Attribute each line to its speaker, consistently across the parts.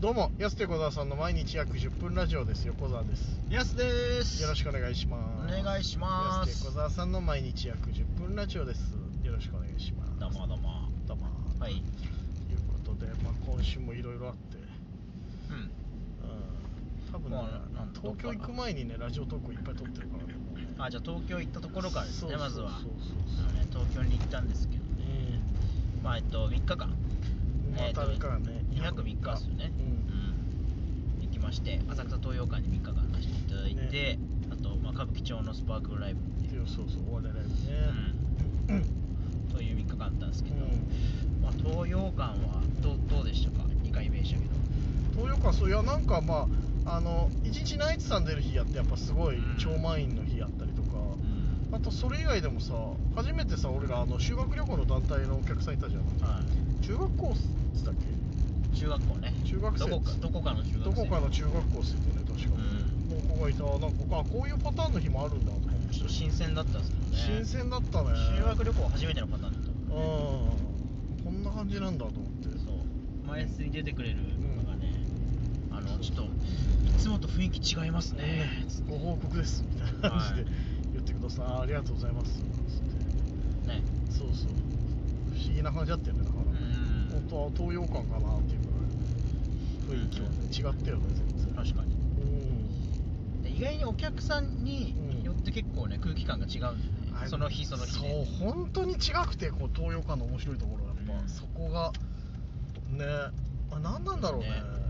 Speaker 1: どうも、やすて小沢さんの毎日約10分ラジオです。横澤です。
Speaker 2: やすです
Speaker 1: よろし
Speaker 2: く
Speaker 1: くお願いします。
Speaker 2: お願いします
Speaker 1: やすて小沢さんの毎日約10分ラジオです。よろしくお願いします。
Speaker 2: どうもどうも
Speaker 1: どうも。
Speaker 2: はい
Speaker 1: ということで、まあ、今週もいろいろあって、うん、多分ね、
Speaker 2: まあなん
Speaker 1: 東京行く前にね、ラジオトークいっぱい撮ってるからね。もうね
Speaker 2: あじゃあ東京行ったところからです
Speaker 1: そ
Speaker 2: ね
Speaker 1: うそう
Speaker 2: まずは
Speaker 1: そうそう
Speaker 2: あのね東京に行ったんですけどねまあえっと3日間
Speaker 1: またるからね、
Speaker 2: えっと2泊3日ですよね
Speaker 1: うん
Speaker 2: うん行きまして浅草東洋館に3日間出していただいて
Speaker 1: ね
Speaker 2: あとまあ歌舞伎町のスパークルライブって
Speaker 1: い
Speaker 2: いう
Speaker 1: やそうそう、お笑いライブね。
Speaker 2: うんという3日間あったんですけど
Speaker 1: うん
Speaker 2: まあ東洋館はどうどうでしたか2回目でしたけど
Speaker 1: 東洋館そういやなんかまああの一日ナイツさん出る日やってやっぱすごい
Speaker 2: うん
Speaker 1: 超満員の日やったりとか、
Speaker 2: ん
Speaker 1: あとそれ以外でもさ初めてさ俺らあの修学旅行の団体のお客さんいたじゃん
Speaker 2: はい
Speaker 1: 中学校っつったっけ
Speaker 2: 中学校ね
Speaker 1: 中学生
Speaker 2: どこかどこかの中学生
Speaker 1: どこかの中学校っすよね確か、
Speaker 2: う
Speaker 1: 高校がいたなんかあこういうパターンの日もあるんだと思って
Speaker 2: ちょっと新鮮だったんですもんね
Speaker 1: 新鮮だったね
Speaker 2: 修学旅行初めてのパターンだった
Speaker 1: うん
Speaker 2: もんね
Speaker 1: こんな感じなんだと思って
Speaker 2: そう前室に出てくれるのがね、あ
Speaker 1: そ
Speaker 2: の
Speaker 1: う
Speaker 2: ちょっといつもと雰囲気違いますねつって
Speaker 1: ご報告ですみたいな感じで
Speaker 2: はい
Speaker 1: 言ってください、あありがとうございますつって
Speaker 2: ね
Speaker 1: そうそう不思議な感じだったよねだからね
Speaker 2: うんうん
Speaker 1: 本当は東洋館かなっていうぐらい雰囲気はね違ったよね全然
Speaker 2: 確かに
Speaker 1: うん
Speaker 2: で意外にお客さんに
Speaker 1: うん
Speaker 2: よって結構ね空気感が違うんだよ
Speaker 1: あ
Speaker 2: ね
Speaker 1: れ
Speaker 2: その日その日で
Speaker 1: そう本当に違くてこう東洋館の面白いところはやっぱ、
Speaker 2: うん
Speaker 1: そこがねあ何なんだろうね
Speaker 2: ね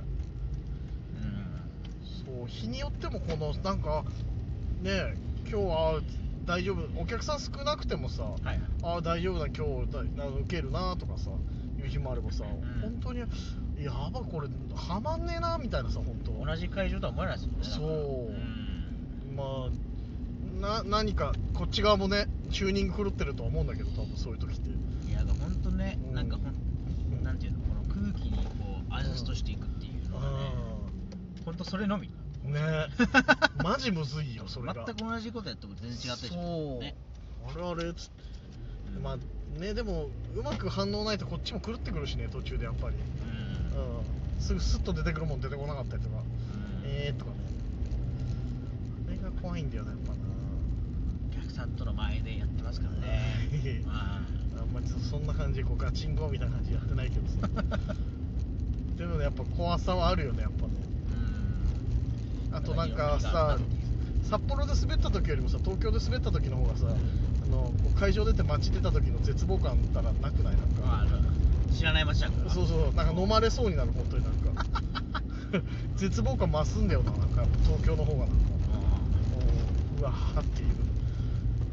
Speaker 1: そう日によってもこのなんかね今日は大丈夫お客さん少なくてもさ、
Speaker 2: はい
Speaker 1: ああ大丈夫だ今日だあの受けるなとかさいう日もあればさ、
Speaker 2: うん
Speaker 1: 本当にやばこれはまんねえなみたいなさ本当
Speaker 2: うん、同じ会場とは思えないですもんねだから
Speaker 1: そう
Speaker 2: うん
Speaker 1: まあな何かこっち側もねチューニング狂ってると思うんだけど多分そういう時って
Speaker 2: いやだからほんとね、
Speaker 1: うん
Speaker 2: なんかほんなんていうのこの空気にこうアジャストしていくっていうのがね、ほんとそれのみ
Speaker 1: うんねえ マジむずいよそれが
Speaker 2: 全く同じことやっても全然違ったりしますも
Speaker 1: そ
Speaker 2: ん
Speaker 1: う、
Speaker 2: ね
Speaker 1: あれあれつ
Speaker 2: うん
Speaker 1: まあねでもうまく反応ないとこっちも狂ってくるしね途中でやっぱり、
Speaker 2: うん
Speaker 1: うん、すぐスッと出てくるもん出てこなかったりとか、
Speaker 2: うん
Speaker 1: えーとかねあれが怖いんだよねやっぱな
Speaker 2: お客さんとの前でやってますから ねま
Speaker 1: あんまりそそんな感じでこうガチンコみたいな感じやってないけどさでもねやっぱ怖さはあるよねやっぱねあとなんかさ札幌で滑った時よりもさ東京で滑った時の方がさあのこう会場出て街出た時の絶望感ったらなくないなん
Speaker 2: うんまああ
Speaker 1: か
Speaker 2: の知らない街だから
Speaker 1: そうそうなんか飲まれそうになる本当になんか 絶望感増すんだよななんか東京の方がなんかうんうわーっていう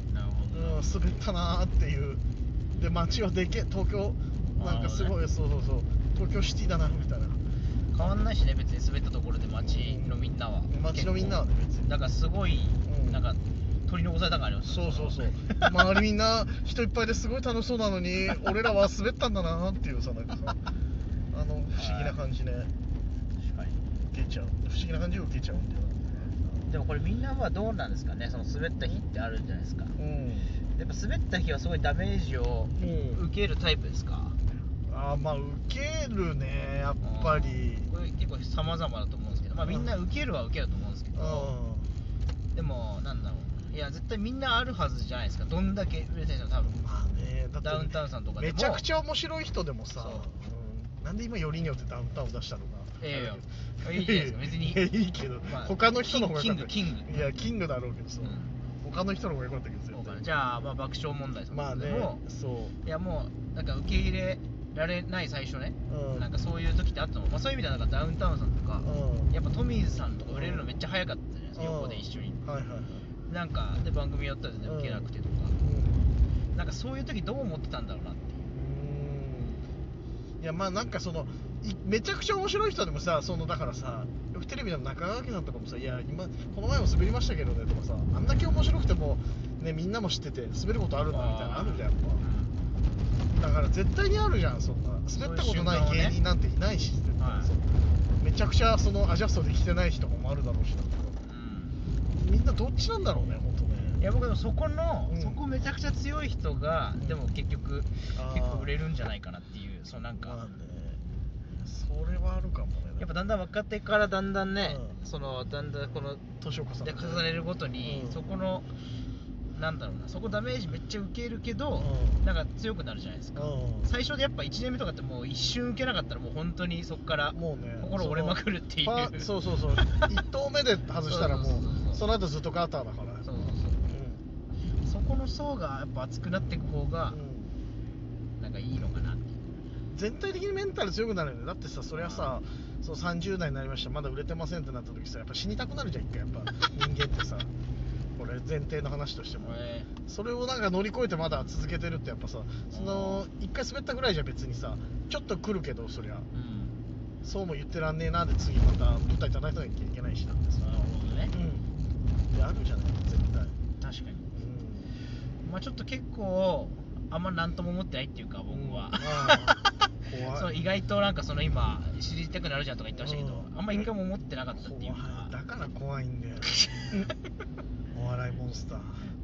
Speaker 2: うんなるほど
Speaker 1: うん、滑ったなーっていうで街はでけえ東京なんかすごい、
Speaker 2: あーね
Speaker 1: そうそうそう東京シティだなみたいな
Speaker 2: 変わんないしね別に滑ったところで街のみんなは
Speaker 1: 街のみんなはね別に
Speaker 2: だからすごい、
Speaker 1: うん
Speaker 2: なんか取り残された感あります
Speaker 1: そ
Speaker 2: ね
Speaker 1: うそうそう
Speaker 2: まあ
Speaker 1: 周りみんな人いっぱいですごい楽しそうなのに俺らは滑ったんだなーっていうさなんかさあの不思議な感じね
Speaker 2: 確かに
Speaker 1: 受けちゃう不思議な感じを受けちゃうんだよ
Speaker 2: でもこれみんなはどうなんですかねその滑った日ってあるじゃないですか
Speaker 1: なうん
Speaker 2: やっぱ滑った日はすごいダメージを
Speaker 1: うん
Speaker 2: 受けるタイプですか、
Speaker 1: あーまあ受けるねやっぱり
Speaker 2: うんこれ結構様々だと思うんですけどまあみんな
Speaker 1: うん
Speaker 2: 受けるは受けると思うんですけ
Speaker 1: う
Speaker 2: どでもなんだろういや絶対みんなあるはずじゃないですかどんだけ売れてるの多分
Speaker 1: んまあねだって
Speaker 2: ダウンタウンさんとかでも
Speaker 1: めちゃくちゃ面白い人でもさ
Speaker 2: そう、
Speaker 1: うんなんで今よりによってダウンタウンを出したのか
Speaker 2: いやいや いいじゃないですか別に
Speaker 1: いやいいけど、
Speaker 2: まあ
Speaker 1: 他の人の方が良かった
Speaker 2: キングキング
Speaker 1: いやキングだろうけどさ、
Speaker 2: うん
Speaker 1: 他の人の方が良かったけど絶
Speaker 2: そうかな
Speaker 1: 対
Speaker 2: じゃあまあ爆笑問題さんと
Speaker 1: ま
Speaker 2: か
Speaker 1: あ
Speaker 2: で
Speaker 1: ね
Speaker 2: も、
Speaker 1: そう
Speaker 2: いやもうなんか受け入れられない最初ね、
Speaker 1: うん
Speaker 2: なんかそういう時ってあったの、まあ、そういう意味ではなんかダウンタウンさんとか、
Speaker 1: うん
Speaker 2: やっぱトミーズさんとか売れるのめっちゃ早かったじゃないですか、
Speaker 1: うん
Speaker 2: 横で一緒に、
Speaker 1: はいはいはい
Speaker 2: なんかで番組やったら全然受けなくてとか、なんかそういう時どう思ってたんだろうなって
Speaker 1: うんいやまあなんかそのいめちゃくちゃ面白い人でもさそのだからさよくテレビでも中川家さんとかもさ「いや今この前も滑りましたけどね」とかさあんだけ面白くても、ね、みんなも知ってて滑ることあるんだみたいなのあるじゃんやっぱ。だから絶対にあるじゃんそんな滑ったことない芸人なんていないし絶対
Speaker 2: はい
Speaker 1: そうめちゃくちゃそのアジャストできてない人もあるだろうしだけ
Speaker 2: う
Speaker 1: どみんなどっちなんだろうね本当ね
Speaker 2: んいや僕でもそこの、
Speaker 1: うん
Speaker 2: そこめちゃくちゃ強い人が、
Speaker 1: うん
Speaker 2: でも結局
Speaker 1: あー
Speaker 2: 結構売れるんじゃないかなっていうそうなんか、
Speaker 1: まあねそれはあるかもね
Speaker 2: やっぱぱだんだん分かっていくからだんだんね、
Speaker 1: うん
Speaker 2: そのだんだんこの
Speaker 1: 年を重ねて
Speaker 2: で重ねるごとに、
Speaker 1: うん
Speaker 2: そこのなんだろうなそこダメージめっちゃ受けるけど、
Speaker 1: うん
Speaker 2: なんか強くなるじゃないですか、
Speaker 1: うん
Speaker 2: 最初でやっぱ1年目とかってもう一瞬受けなかったらもう本当にそこから
Speaker 1: もうね
Speaker 2: 心折れまくるっていう
Speaker 1: そのパーそうそう そう1投目で外したらもう
Speaker 2: そうそうそうそう
Speaker 1: その後ずっとガターだから
Speaker 2: そうそう
Speaker 1: う
Speaker 2: そうそこの層がやっぱ厚くなっていく方が
Speaker 1: んうん
Speaker 2: なんかいいのかなって
Speaker 1: 全体的にメンタル強くなるよねだってさそれはさそう30代になりましたまだ売れてませんってなった時さやっぱ死にたくなるじゃん一回やっぱ人間ってさこれ前提の話としても
Speaker 2: 俺
Speaker 1: それをなんか乗り越えてまだ続けてるってやっぱさその一回滑ったぐらいじゃ別にさちょっと来るけどそりゃ
Speaker 2: うん
Speaker 1: そうも言ってらんねえなで次また舞台叩いなきゃいけないしだってさ
Speaker 2: なるほどね
Speaker 1: うんであるじゃない絶対
Speaker 2: 確かに
Speaker 1: う
Speaker 2: まあちょっと結構あんま何とも思ってないっていうか僕は、
Speaker 1: うんああ
Speaker 2: そう意外となんかその今知りたくなるじゃんとか言ってましたけど、
Speaker 1: うん
Speaker 2: あんま一回も思ってなかったっていうか
Speaker 1: 怖いだから怖いんだよ お笑いモンスター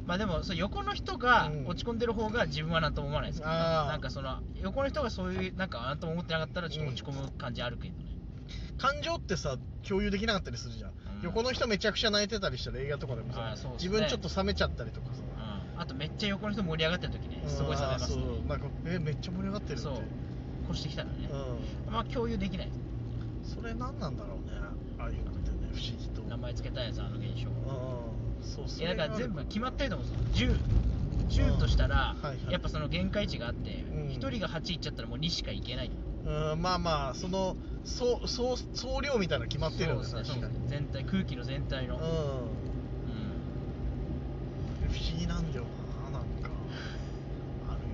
Speaker 2: まあでもそう横の人が
Speaker 1: うん
Speaker 2: 落ち込んでる方が自分は何とも思わないですけど、ね
Speaker 1: あー
Speaker 2: なんかその横の人がそういうなんか何とも思ってなかったらちょっと落ち込む感じあるけどね、
Speaker 1: 感情ってさ共有できなかったりするじゃん、
Speaker 2: うん
Speaker 1: 横の人めちゃくちゃ泣いてたりしたら映画とかでもさ、
Speaker 2: あーそうっすね
Speaker 1: 自分ちょっと冷めちゃったりとかさ
Speaker 2: うん、あとめっちゃ横の人盛り上がってる時ねすごい冷めますね
Speaker 1: うんあーそうなんかえめっちゃ盛り上がってるって
Speaker 2: そう越してきたらね、
Speaker 1: う
Speaker 2: まあ共有できないです
Speaker 1: ん、それ何なんだろうねああいうのってね不思議と
Speaker 2: 名前つけたやつあの現象
Speaker 1: うんそうそ
Speaker 2: いやだから全部決まっててると思うんですよ10 10としたら、
Speaker 1: うんはいはい
Speaker 2: やっぱその限界値があって、
Speaker 1: うん
Speaker 2: 1人が8いっちゃったらもう2しかいけない
Speaker 1: うんまあまあそのそうそう総量みたいなの決まってるよね
Speaker 2: そうです
Speaker 1: 確かに
Speaker 2: そうです全体空気の全体の、
Speaker 1: うん
Speaker 2: うん
Speaker 1: 不思議なんだよななんかあるよ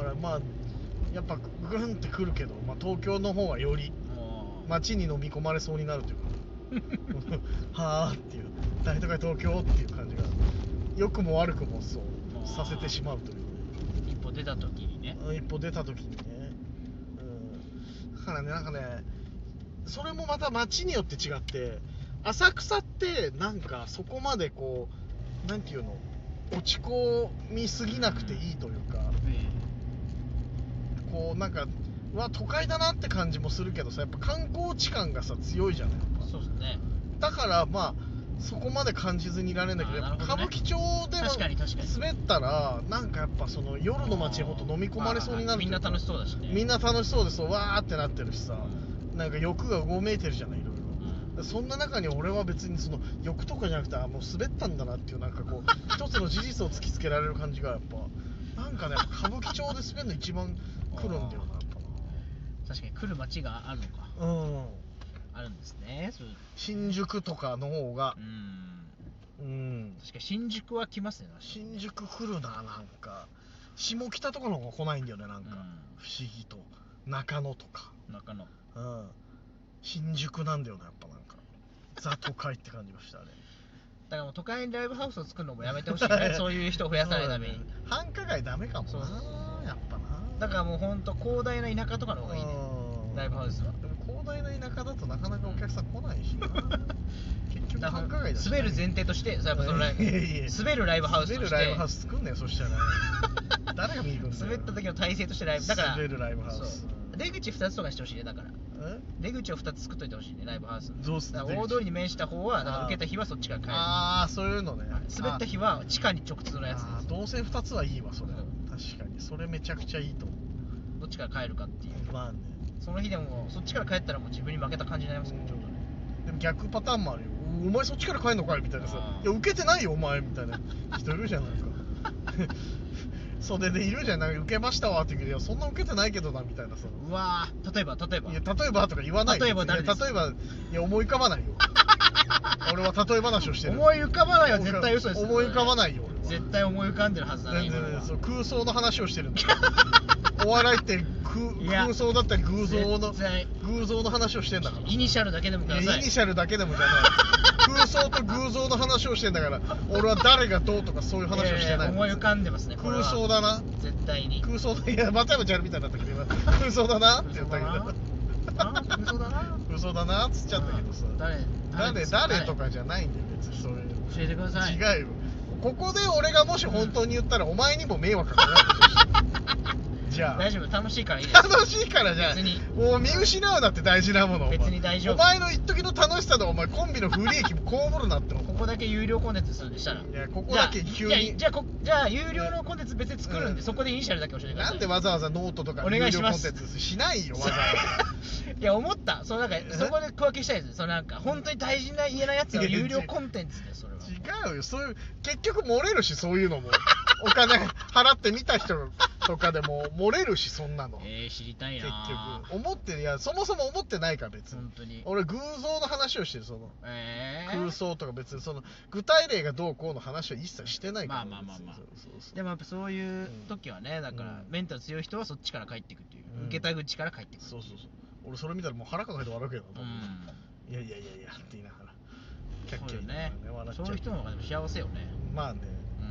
Speaker 1: なあれなだからまあやっぱグンってくるけど、まあ、東京の方はより
Speaker 2: もう
Speaker 1: 街に飲み込まれそうになるというか はあっていう大都会東京っていう感じが良くも悪くもそう
Speaker 2: あー
Speaker 1: させてしまうという
Speaker 2: 一歩出た時にね
Speaker 1: 一歩出た時にね、うん、だからねなんかねそれもまた街によって違って浅草ってなんかそこまでこうなんていうの落ち込みすぎなくていいというかこうなんかうわ都会だなって感じもするけどさやっぱ観光地感がさ強いじゃないやっぱ
Speaker 2: そうですね
Speaker 1: だからまあそこまで感じずにいられるんだけど
Speaker 2: あー
Speaker 1: やっぱ歌
Speaker 2: な
Speaker 1: 舞
Speaker 2: るほ
Speaker 1: 伎町
Speaker 2: どね
Speaker 1: でも
Speaker 2: 確かに確かに
Speaker 1: 滑ったらなんかやっぱその夜の街にほんと飲み込まれそうになる
Speaker 2: まあみんな楽しそうだしね
Speaker 1: みんな楽しそうですよわーってなってるしさ
Speaker 2: う
Speaker 1: なんか欲がうごめいてるじゃないいろいろ
Speaker 2: うん
Speaker 1: そんな中に俺は別にその欲とかじゃなくてあもう滑ったんだなっていうなんかこう 一つの事実を突きつけられる感じがやっぱなんかね歌舞伎町で滑るの一番来るんだよなやっ
Speaker 2: 確かに来る街があるのか
Speaker 1: ぱなうん
Speaker 2: あるんですねそう
Speaker 1: 新宿とかの方が
Speaker 2: うん
Speaker 1: うん
Speaker 2: 確かに新宿は来ますね
Speaker 1: 新宿来るななんか下北とかの方が来ないんだよねなんか、
Speaker 2: うん
Speaker 1: 不思議と中野とか
Speaker 2: 中野
Speaker 1: うん新宿なんだよなやっぱなんかザ都会って感じましたね
Speaker 2: だからもう都会にライブハウスを作るのもやめてほしい ねそういう人を増やさないため
Speaker 1: そう
Speaker 2: に
Speaker 1: だね繁華街ダメかも
Speaker 2: そうそうそう
Speaker 1: なやっぱな
Speaker 2: だからもうほんと広大な田舎とかの方がいいね
Speaker 1: うん
Speaker 2: ライブハウスは
Speaker 1: でも広大な田舎だとなかなかお客さん来ないし な結局
Speaker 2: だから
Speaker 1: 繁華街だしな
Speaker 2: 滑る前提としてそうやっぱそのライブ
Speaker 1: いやいや
Speaker 2: 滑るライブハウスとし
Speaker 1: 滑る
Speaker 2: て
Speaker 1: ライブハウス作んねよそ したら誰が見に行くんだよ
Speaker 2: 滑った時の体勢としてライブだから
Speaker 1: 滑るライブハウス
Speaker 2: そう出口2つとかにしてほしいねだから
Speaker 1: え
Speaker 2: 出口を2つ作っといてほしいねライブハウスの
Speaker 1: どうすんの
Speaker 2: だから大通りに面した方はだから
Speaker 1: あー
Speaker 2: 受けた日はそっちから帰る
Speaker 1: ああそういうのね
Speaker 2: 滑った日は地下に直通のやつ
Speaker 1: あー
Speaker 2: です
Speaker 1: 動線2つはいいわそれ、
Speaker 2: うん
Speaker 1: 確かにそれめちゃくちゃいいと思
Speaker 2: どっちから帰るかっていう
Speaker 1: うまあね
Speaker 2: その日でもそっちから帰ったらもう自分に負けた感じになりますねちょっとね
Speaker 1: でも逆パターンもあるよお前そっちから帰んのかいみたいなさ
Speaker 2: あー
Speaker 1: いや受けてないよお前みたいな人いるじゃんないか 袖でいるじゃんなんか受けましたわって言うけどいやそんな受けてないけどなみたいなさ
Speaker 2: うわー例えば例えば
Speaker 1: いや例えばとか言わないよ
Speaker 2: 例えば誰
Speaker 1: いや
Speaker 2: です
Speaker 1: 例えばいや思い浮かば ないよ俺は例え話をしてる
Speaker 2: 思い浮かばないは絶対嘘です
Speaker 1: 思い浮かばないよ俺は
Speaker 2: 絶対思い浮かんでるはずだね
Speaker 1: 全
Speaker 2: 今の
Speaker 1: 然
Speaker 2: は
Speaker 1: そう空想の話をしてるんだ お笑いって空
Speaker 2: いや
Speaker 1: 空想だったり偶像の
Speaker 2: 絶対
Speaker 1: 偶像の話をしてんだから
Speaker 2: イニシャルだけでもくだ
Speaker 1: い
Speaker 2: さ
Speaker 1: や
Speaker 2: い
Speaker 1: イニシャルだけでもじゃない空想と偶像の話をしてんだから俺は誰がどうとかそういう話をしてない
Speaker 2: やや思い浮かんでますねこれは
Speaker 1: 空想だな
Speaker 2: 絶対に
Speaker 1: 空想だいや松山千春みたいになったけ ど今空想だなって言ったけど
Speaker 2: あ空想だな
Speaker 1: 空想だなっつっちゃったけどさ
Speaker 2: 誰
Speaker 1: 誰
Speaker 2: ですか
Speaker 1: 誰とかじゃないんだよ別にそういう
Speaker 2: 教えてください
Speaker 1: 違うよここで俺がもし本当に言ったらお前にも迷惑かかる じゃあ
Speaker 2: 大丈夫楽しいからいいです
Speaker 1: 楽しいからじゃ
Speaker 2: 別に
Speaker 1: あもう見失うなって大事なものお前
Speaker 2: 別に大丈夫
Speaker 1: お前の一時の楽しさとお前コンビの不利益も被るなって
Speaker 2: ここだけ有料コンテンツするんでしたら
Speaker 1: いやここだけ急に
Speaker 2: じゃあいやじゃあこじゃあ有料のコンテンツ別に作るんで、
Speaker 1: うん
Speaker 2: そこでイニシャルだけ教えてくだ
Speaker 1: な
Speaker 2: さい
Speaker 1: んでわざわざノートとか
Speaker 2: お願いします
Speaker 1: 有料コンテンツしないよわざわ
Speaker 2: いや思ったそのなんかそこで区分けしたいですそのなんか本当に大事な家のやつの有料コンテンツでそれは
Speaker 1: ざ違うよそういう結局漏れるしそういうのもお金払って見た人とかでも漏れるしそんなの
Speaker 2: えー、知りたい
Speaker 1: 結
Speaker 2: な
Speaker 1: 局思っていやそもそも思ってないから別に
Speaker 2: 本当に
Speaker 1: 俺偶像の話をしてるその
Speaker 2: えー、
Speaker 1: 空想とか別にその具体例がどうこうの話は一切してないから
Speaker 2: まあまあまあまあ
Speaker 1: 別にそうそうそう
Speaker 2: でもやっぱそういう時はね、だから
Speaker 1: うん
Speaker 2: メンタル強い人はそっちから帰ってくっていう、
Speaker 1: うん
Speaker 2: 受けた口から帰ってくる
Speaker 1: そうそうそう俺それ見たらもう腹抱えて笑うけど
Speaker 2: う
Speaker 1: な、
Speaker 2: ん
Speaker 1: いやいやいやいやって言いながらキャッ
Speaker 2: そ
Speaker 1: キ
Speaker 2: う
Speaker 1: ャ
Speaker 2: よ
Speaker 1: 言いながら笑
Speaker 2: ね
Speaker 1: っちゃ
Speaker 2: そういう人の方がでも幸せよね
Speaker 1: まあね、
Speaker 2: うん、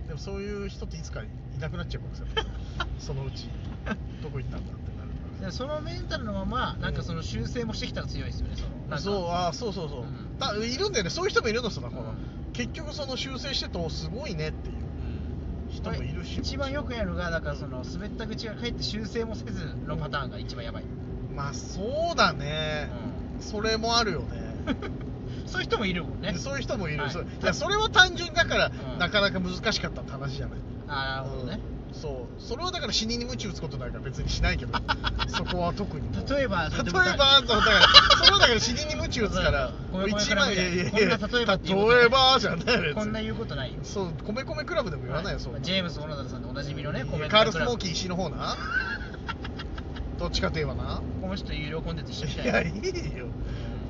Speaker 1: うん、でもそういう人っていつかいなくなっちゃうかもしれ ないそのうちどこ行ったんだってなるか
Speaker 2: でそのメンタルのままなんかその修正もしてきたら強いですよねそのなんから
Speaker 1: そうあそうそうそう、
Speaker 2: うん
Speaker 1: たいるんだよねそういう人もいるのその、ほら
Speaker 2: うん
Speaker 1: 結局その修正してとすごいねっていう
Speaker 2: うん
Speaker 1: 人もいるし
Speaker 2: 一番よくやるのがだからその滑った口が返って修正もせずのパターンが一番やばい、
Speaker 1: まあそうだね、それもあるよね
Speaker 2: うんそういう人もいるもん ね
Speaker 1: でそういう人もいる、
Speaker 2: はい
Speaker 1: そいやそれは単純だから、
Speaker 2: うん
Speaker 1: なかなか難しかったって話じゃない
Speaker 2: あーなるほどね、
Speaker 1: うんそうそれはだから死にに鞭打つことなんか別にしない けどそこは特にもう
Speaker 2: 例えば
Speaker 1: 例えばそうだからそれはだから死にに鞭打つ から
Speaker 2: ごめんごめん
Speaker 1: 一枚い
Speaker 2: ごめ
Speaker 1: や
Speaker 2: ん
Speaker 1: いやいや
Speaker 2: こんな例えばっていうことね
Speaker 1: 例えばじゃない別に
Speaker 2: こんな言うことないよ
Speaker 1: そう米米クラブでも言わないよ、そんな
Speaker 2: ジェームス・小野田さんでおなじみのねコメント
Speaker 1: カール・スモーキ
Speaker 2: ー
Speaker 1: ー石の方 などっちかといえばな
Speaker 2: この人有料コンテンツしてみた
Speaker 1: い
Speaker 2: い
Speaker 1: や
Speaker 2: ない
Speaker 1: いよ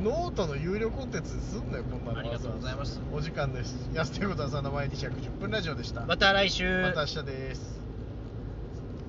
Speaker 1: ノートの有料コンテンツにすんなよこんなの
Speaker 2: ありがとうございます
Speaker 1: お時間です安手小田さんの毎日約10分ラジオでした
Speaker 2: また来週
Speaker 1: また明日です